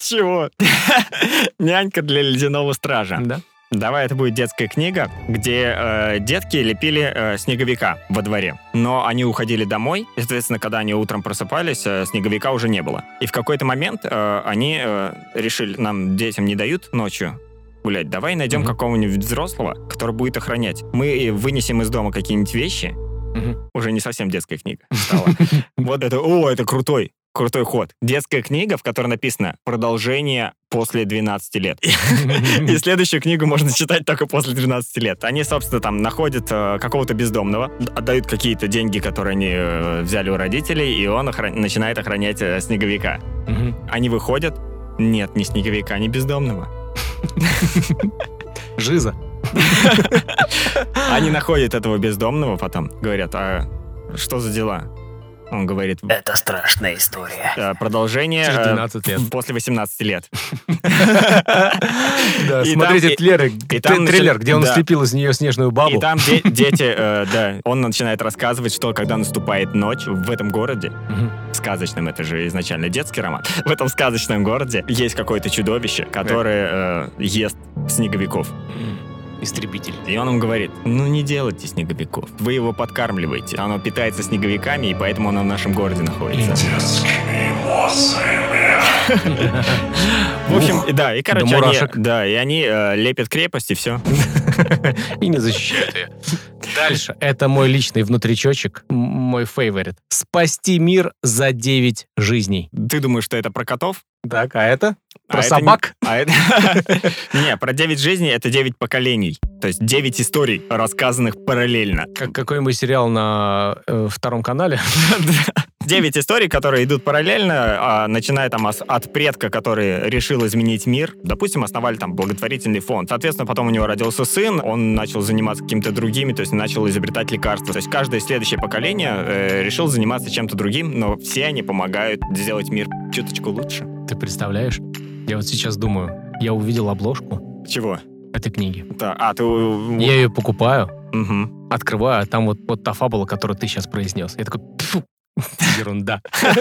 Чего? Нянька для ледяного стража. Да? Давай, это будет детская книга, где э, детки лепили э, снеговика во дворе. Но они уходили домой, и, соответственно, когда они утром просыпались, э, снеговика уже не было. И в какой-то момент э, они э, решили, нам детям не дают ночью гулять, давай найдем Мгм. какого-нибудь взрослого, который будет охранять. Мы и вынесем из дома какие-нибудь вещи, Мгм. уже не совсем детская книга стала. Вот это, о, это крутой, крутой ход. Детская книга, в которой написано «Продолжение после 12 лет». И следующую книгу можно читать только после 13 лет. Они, собственно, там находят э, какого-то бездомного, д- отдают какие-то деньги, которые они э, взяли у родителей, и он охра- начинает охранять э, снеговика. Мгм. Они выходят, нет, не снеговика, не бездомного. Жиза. Они находят этого бездомного потом, говорят, а что за дела? Он говорит, Это страшная история. «Э, продолжение Через э, 12 лет. после 18 лет. Да, И смотрите там- и- триллеры, и там тр- триллер, начи- где он да. слепил из нее снежную И бабу. там де- дети, э, да, он начинает рассказывать, что когда наступает ночь в этом городе, Мгм. в сказочном, это же изначально детский роман, в этом сказочном городе есть какое-то чудовище, которое э, ест снеговиков. Истребитель. И он им говорит, ну не делайте снеговиков, вы его подкармливаете, оно питается снеговиками, и поэтому оно в нашем городе находится. В общем, и да, и короче, они, мурашек. да, и они э, лепят крепость, и все. И не защищает ее. Дальше. Это мой личный внутричочек, м- мой фейворит. «Спасти мир за 9 жизней». Ты думаешь, что это про котов? Так, а это? Про А это не- собак? А это... Не, про 9 жизней это 9 поколений. То есть 9 историй, рассказанных параллельно. Как какой-нибудь сериал на э, втором канале. 9 историй, которые идут параллельно, а, начиная там ос- от предка, который решил изменить мир. Допустим, основали там благотворительный фонд. Соответственно, потом у него родился сын, он начал заниматься каким-то другими, то есть начал изобретать лекарства. То есть каждое следующее поколение э, решил заниматься чем-то другим, но все они помогают сделать мир чуточку лучше. Ты представляешь? Я вот сейчас думаю, я увидел обложку Чего? этой книги. Да, А, ты... у- Я ее покупаю, Мгм. открываю, а там вот, вот та фабула, которую ты сейчас произнес. Я такой, «Тьфу, ерунда.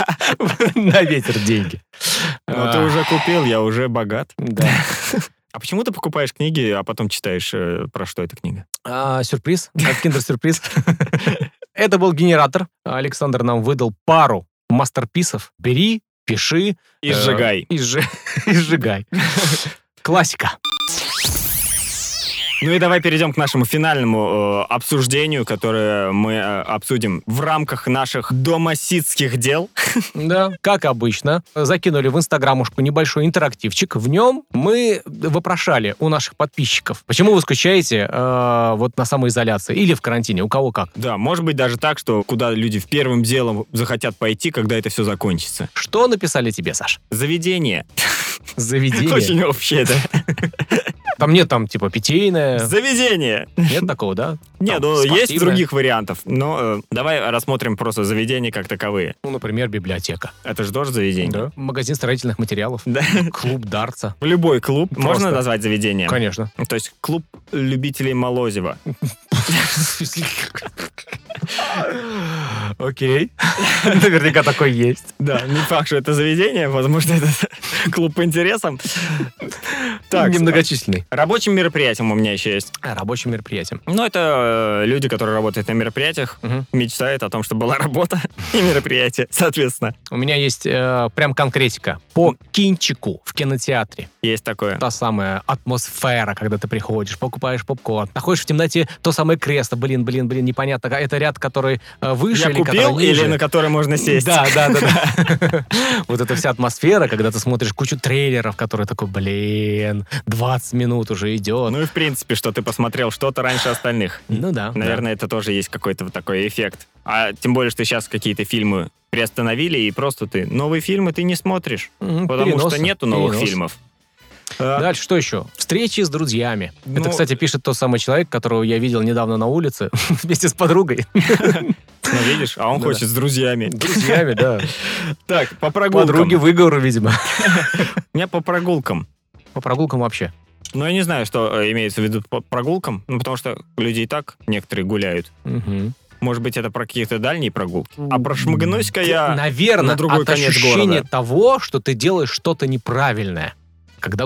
На ветер деньги. Ну, ты А, уже купил, я уже богат. да. А почему ты покупаешь книги, а потом читаешь, э, про что эта книга? А, сюрприз, от киндер-сюрприз. Это был генератор. Александр нам выдал пару мастерписов. Бери, пиши. И э, сжигай. И сжи- и сжигай. Классика. Ну и давай перейдем к нашему финальному э, обсуждению, которое мы э, обсудим в рамках наших домосидских дел. Да, как обычно, закинули в инстаграмушку небольшой интерактивчик. В нем мы вопрошали у наших подписчиков, почему вы скучаете э, вот на самоизоляции или в карантине, у кого как. Да, может быть даже так, что куда люди в первым делом захотят пойти, когда это все закончится. Что написали тебе, Саш? Заведение. Заведение. Очень общее, да. Там нет там типа питейное, Заведение. нет такого, да? Не, Там ну есть спортивное. других вариантов, но э, давай рассмотрим просто заведения как таковые. Ну, например, библиотека. Это же тоже заведение. Да. Магазин строительных материалов. Да. Клуб дарца. Любой клуб Просто. можно назвать заведением. Конечно. Ну, То есть клуб любителей Молозева. Окей. Наверняка такой есть. Да, не факт, что это заведение, возможно, это клуб по интересам. Так, Немногочисленный. Рабочим мероприятием у меня еще есть. А, Рабочим мероприятием. Ну, это э, люди, которые работают на мероприятиях, Мгм. мечтают о том, чтобы была работа и мероприятие, соответственно. У меня есть э, прям конкретика. По кинчику в кинотеатре. Есть такое. та самая атмосфера, когда ты приходишь, покупаешь попкорн, находишь в темноте то самое кресло, блин, блин, блин, непонятно, а это ряд, который э, выше Я или купил который или ниже. на который можно сесть? Да, да, да, да. Вот эта вся атмосфера, когда ты смотришь кучу трейлеров, которые такой, блин, 20 минут уже идет. Ну и в принципе, что ты посмотрел что-то раньше остальных. Ну да. да. Наверное, это тоже есть какой-то вот такой эффект. А тем более, что сейчас какие-то фильмы приостановили, и просто ты новые фильмы ты не смотришь, М, потому переносы, что нету новых переносы. фильмов. А, Дальше что еще? Встречи с друзьями. Ну- Это, кстати, пишет тот самый человек, которого я видел недавно на улице вместе с подругой. Ну, видишь, а он Да. хочет с друзьями. Друзьями, да. Так, по прогулкам. Подруги выговор, видимо. У меня по прогулкам. По прогулкам вообще. Но я не знаю, что э, имеется в виду по прогулкам, ну, потому что люди и так некоторые гуляют. Мгм. Может быть, это про какие-то дальние прогулки. А прошмыгнусь-ка я... Наверное, на другой от конец ощущения города. того, что ты делаешь что-то неправильное, когда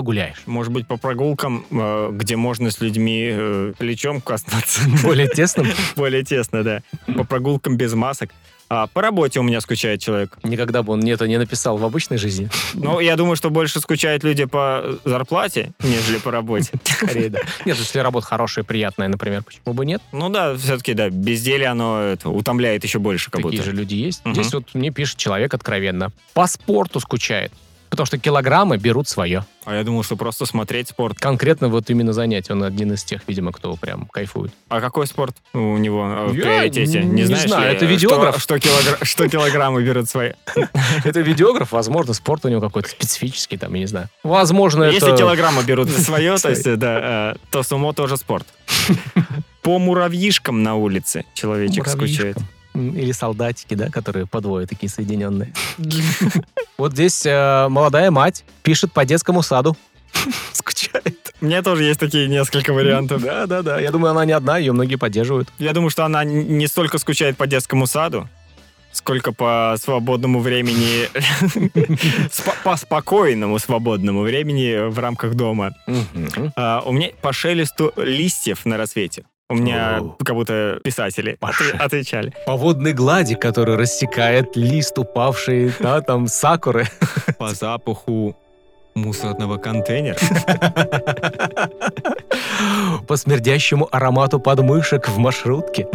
гуляешь. Может быть, по прогулкам, э, где можно с людьми э, плечом коснуться. Более тесным Более тесно, да. По прогулкам без масок. А, по работе у меня скучает человек. никогда бы он мне это не написал в обычной жизни. Ну, я думаю, что больше скучают люди по зарплате, нежели по работе. Скорее, да. Нет, если работа хорошая, приятная, например, почему бы нет? Ну да, все-таки, да, безделье, оно это, утомляет еще больше как Такие будто. же люди есть. Мгм. Здесь вот мне пишет человек откровенно. По спорту скучает. Потому что килограммы берут свое. А я думал, что просто смотреть спорт. Конкретно вот именно занятие. Он один из тех, видимо, кто прям кайфует. А какой спорт у него э, в Я приоритете? не знаешь знаю, ли, это э, видеограф? Что, что, килогра- что килограммы берут свои? Это видеограф, возможно, спорт у него какой-то специфический, там, я не знаю. Возможно, Если Ну, это... килограммы берут свое, то есть, э, да, э, то сумо тоже спорт. По муравьишкам на улице человечек скучает. Муравьишкам. М, Или солдатики, да, которые по двое такие соединенные. Вот здесь э, молодая мать пишет по детскому саду. Скучает. У меня тоже есть такие несколько вариантов. Да, да, да. Я думаю, она не одна, ее многие поддерживают. Я думаю, что она н- не столько скучает по детскому саду, сколько по свободному времени, спо- по спокойному свободному времени в рамках дома. А, У меня по шелесту листьев на рассвете. У меня Оу. как будто писатели По отв- ше- отвечали. По водной глади, который рассекает лист упавший, да, там, сакуры. По запаху мусорного контейнера. По смердящему аромату подмышек в маршрутке.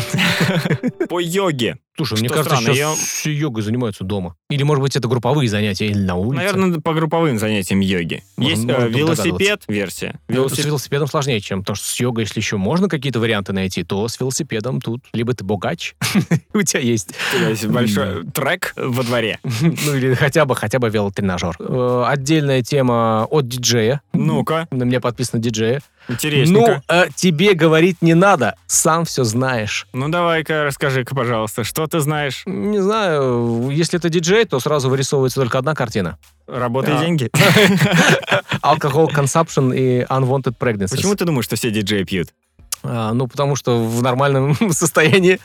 По йоге. Слушай, Что мне кажется, странно, сейчас я- все йогой занимаются дома. Или, может быть, это групповые занятия, или на улице. Наверное, по групповым занятиям йоги. Можно- Есть э, можно только велосипед догадываться. версия. Ну, С Велосипед- велосипедом сложнее, чем потому что с йогой, если еще можно какие-то варианты найти, то с велосипедом тут либо ты богач, у тебя есть, То есть большой трек во дворе. ну или хотя бы хотя бы велотренажер. Э, Отдельная тема от диджея. Ну-ка, На меня подписано диджея. интересненько. Ну, э, тебе говорить не надо, сам все знаешь. Ну давай-ка расскажи-ка, пожалуйста, что ты знаешь? Не знаю, если это диджей, то сразу вырисовывается только одна картина. Работа и Да. деньги? Alcohol consumption и unwanted pregnancies. Почему ты думаешь, что все диджеи пьют? А, ну, потому что в нормальном состоянии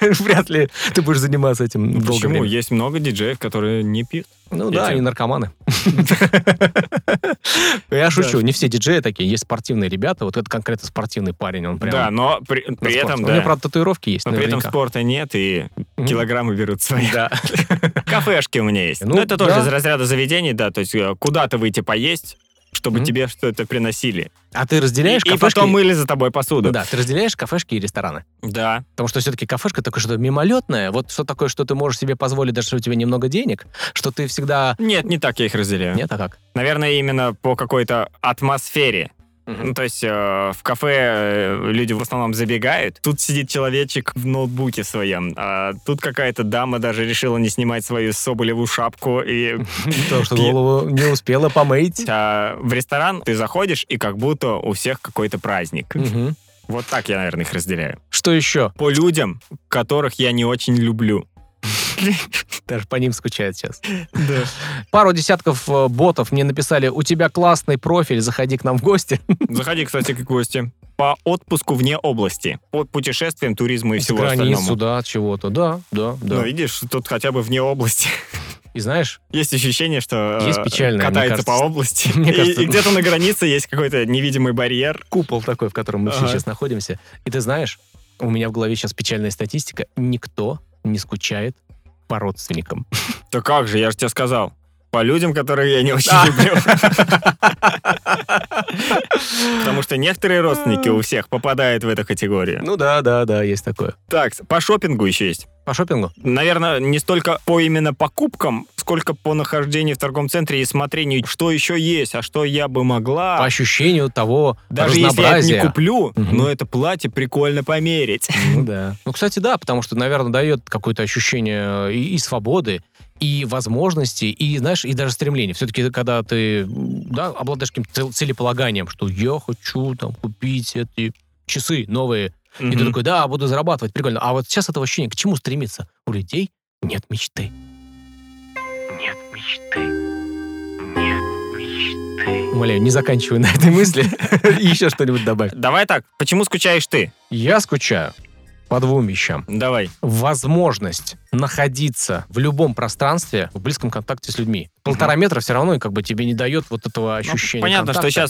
вряд ли ты будешь заниматься этим Ну, долгое Почему? время. Есть много диджеев, которые не пьют. Ну Эти- да, они наркоманы. Я шучу, не все диджеи такие, есть спортивные ребята, вот это конкретно спортивный парень, он прям... Да, но при, при на спорте. этом, У него, да. правда, татуировки есть Но при этом наверняка. спорта нет, и Мгм. килограммы берут свои. Да. Кафешки у меня есть. Ну, Ну, это тоже да. из разряда заведений, да, то есть э, куда-то выйти поесть, чтобы Мгм. тебе что-то приносили. А ты разделяешь и, и кафешки... потом мыли за тобой посуду. Да, ты разделяешь кафешки и рестораны. Да. Потому что все-таки кафешка такое что-то мимолетное, вот что такое, что ты можешь себе позволить, даже если у тебя немного денег, что ты всегда... Нет, не так я их разделяю. Нет, а как? Наверное, именно по какой-то атмосфере. Ну, то есть э, в кафе э, люди в основном забегают. Тут сидит человечек в ноутбуке своем. а тут какая-то дама даже решила не снимать свою соболевую шапку. И Потому что голову не успела помыть. а, в ресторан ты заходишь, и как будто у всех какой-то праздник. Мгм. Вот так я, наверное, их разделяю. Что еще? По людям, которых я не очень люблю. Даже по ним скучает сейчас. Пару десятков э, ботов мне написали, у тебя классный профиль, заходи к нам в гости. Заходи, кстати, к гостям. По отпуску вне области. По путешествиям, туризму и С всего границ, остальному. сюда, чего-то. Да, да, да. Ну, видишь, тут хотя бы вне области. И знаешь, Есть ощущение, что э, Есть печальное, мне катается по кажется. области. Мне И- кажется, и где-то на границе есть какой-то невидимый барьер. купол такой, в котором мы все Ага. сейчас находимся. И ты знаешь, у меня в голове сейчас печальная статистика. Никто не скучает по родственникам. Да как же, я же тебе сказал. По людям, которые я не очень Да. люблю. Потому что некоторые родственники у всех попадают в эту категорию. Ну да, да, да, есть такое. Так, по шопингу еще есть. По шопингу? Наверное, не столько по именно покупкам, сколько по нахождению в торговом центре и смотрению, что еще есть, а что я бы По могла. ощущению того А. Даже если я это не разнообразия. куплю, Мгм. но это платье прикольно померить. Ну да. Ну, кстати, да, потому что, наверное, дает какое-то ощущение э, и, и свободы, и возможности, и, знаешь, и даже стремление. Все-таки, когда ты, м, да, обладаешь каким-то цел- целеполаганием, что я хочу там купить эти часы новые, и ты Мгм. такой, да, буду зарабатывать, прикольно. А вот сейчас это ощущение, к чему стремиться? У людей нет мечты. Нет мечты. Нет мечты. Умоляю, не заканчивай на этой мысли. И Еще что-нибудь добавь. Давай так, почему скучаешь ты? Я скучаю по двум вещам. Давай. возможность находиться в любом пространстве в близком контакте с людьми. Полтора метра все равно как бы тебе не дает вот этого Ну, ощущения понятно, контакта. что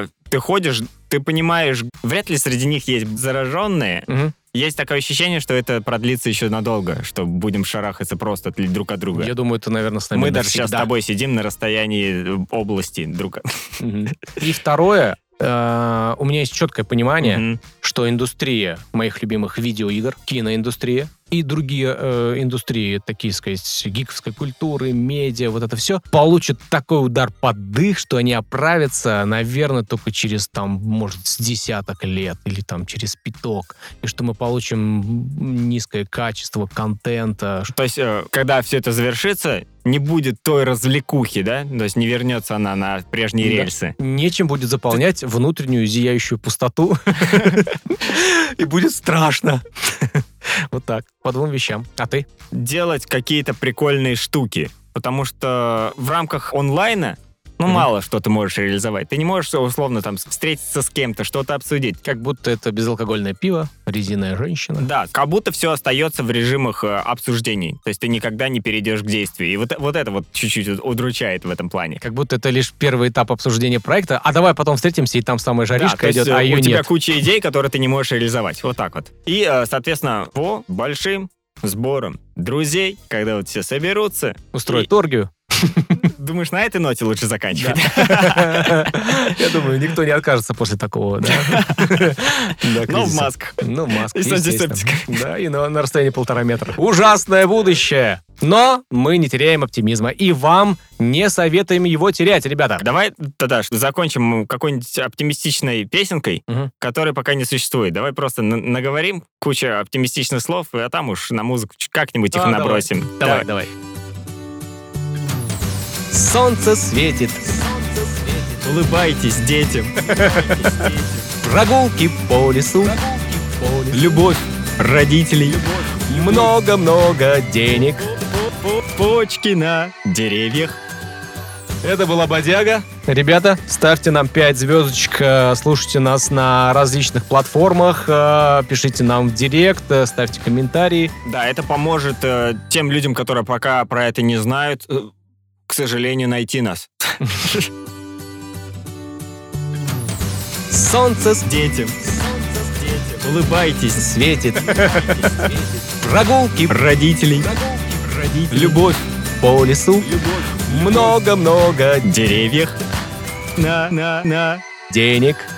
сейчас ты ходишь, ты понимаешь, вряд ли среди них есть зараженные. Мгм. Есть такое ощущение, что это продлится еще надолго, что будем шарахаться просто от- друг от друга. Я думаю, это, наверное, с нами Мы даже сейчас с навсегда. тобой сидим на расстоянии э, области друг от Мгм. И второе, э, у меня есть четкое понимание, Мгм. что индустрия моих любимых видеоигр, киноиндустрия и другие э, индустрии, такие, сказать, гиковской культуры, медиа, вот это все, получат такой удар под дых, что они оправятся, наверное, только через, там, может, с десяток лет или, там, через пяток. И что мы получим низкое качество контента. То есть, э, когда все это завершится, не будет той развлекухи, да? То есть не вернется она на прежние Да. рельсы. Нечем будет заполнять внутреннюю зияющую пустоту. И будет страшно. Вот так, по двум вещам. А ты? Делать какие-то прикольные штуки. Потому что в рамках онлайна ну, Мгм. мало что ты можешь реализовать. Ты не можешь условно там встретиться с кем-то, что-то обсудить. Как будто это безалкогольное пиво, резиная женщина. Да, как будто все остается в режимах э, обсуждений. То есть ты никогда не перейдешь к действию. И вот, вот это вот чуть-чуть уд- удручает в этом плане. Как будто это лишь первый этап обсуждения проекта. А давай потом встретимся, и там самая Да, жаришка то есть, идет, э, а у ее тебя нет. куча идей, которые ты не можешь реализовать. Вот так вот. И, э, соответственно, по большим сборам друзей, когда вот все соберутся, Устроить торгию. думаешь, на этой ноте лучше заканчивать. Я думаю, никто не откажется после такого, да? Да, Но в кризиса. масках. Ну, маска, И с естественно. антисептиком. Да, и на, на расстоянии полтора метра. Ужасное будущее! Но мы не теряем оптимизма. И вам не советуем его терять, ребята. А Давай тогда ж закончим мы какой-нибудь оптимистичной песенкой, Мгм. которая пока не существует. Давай просто на- наговорим кучу оптимистичных слов, а там уж на музыку ч- как-нибудь их А, давай. набросим. Давай, давай. Солнце светит, Улыбайтесь детям. прогулки по лесу, Любовь родителей. много-много денег. Почки на деревьях. Это была Бодяга. Ребята, ставьте нам 5 звездочек, э, слушайте нас на различных платформах, э, пишите нам в директ, э, ставьте комментарии. Да, это поможет э, тем людям, которые пока про это не знают, э, к сожалению, найти нас. Солнце с- Детям. Улыбайтесь. светит. Прогулки Родителей. Любовь по лесу. Много-много в деревьях. На, на, на. денег.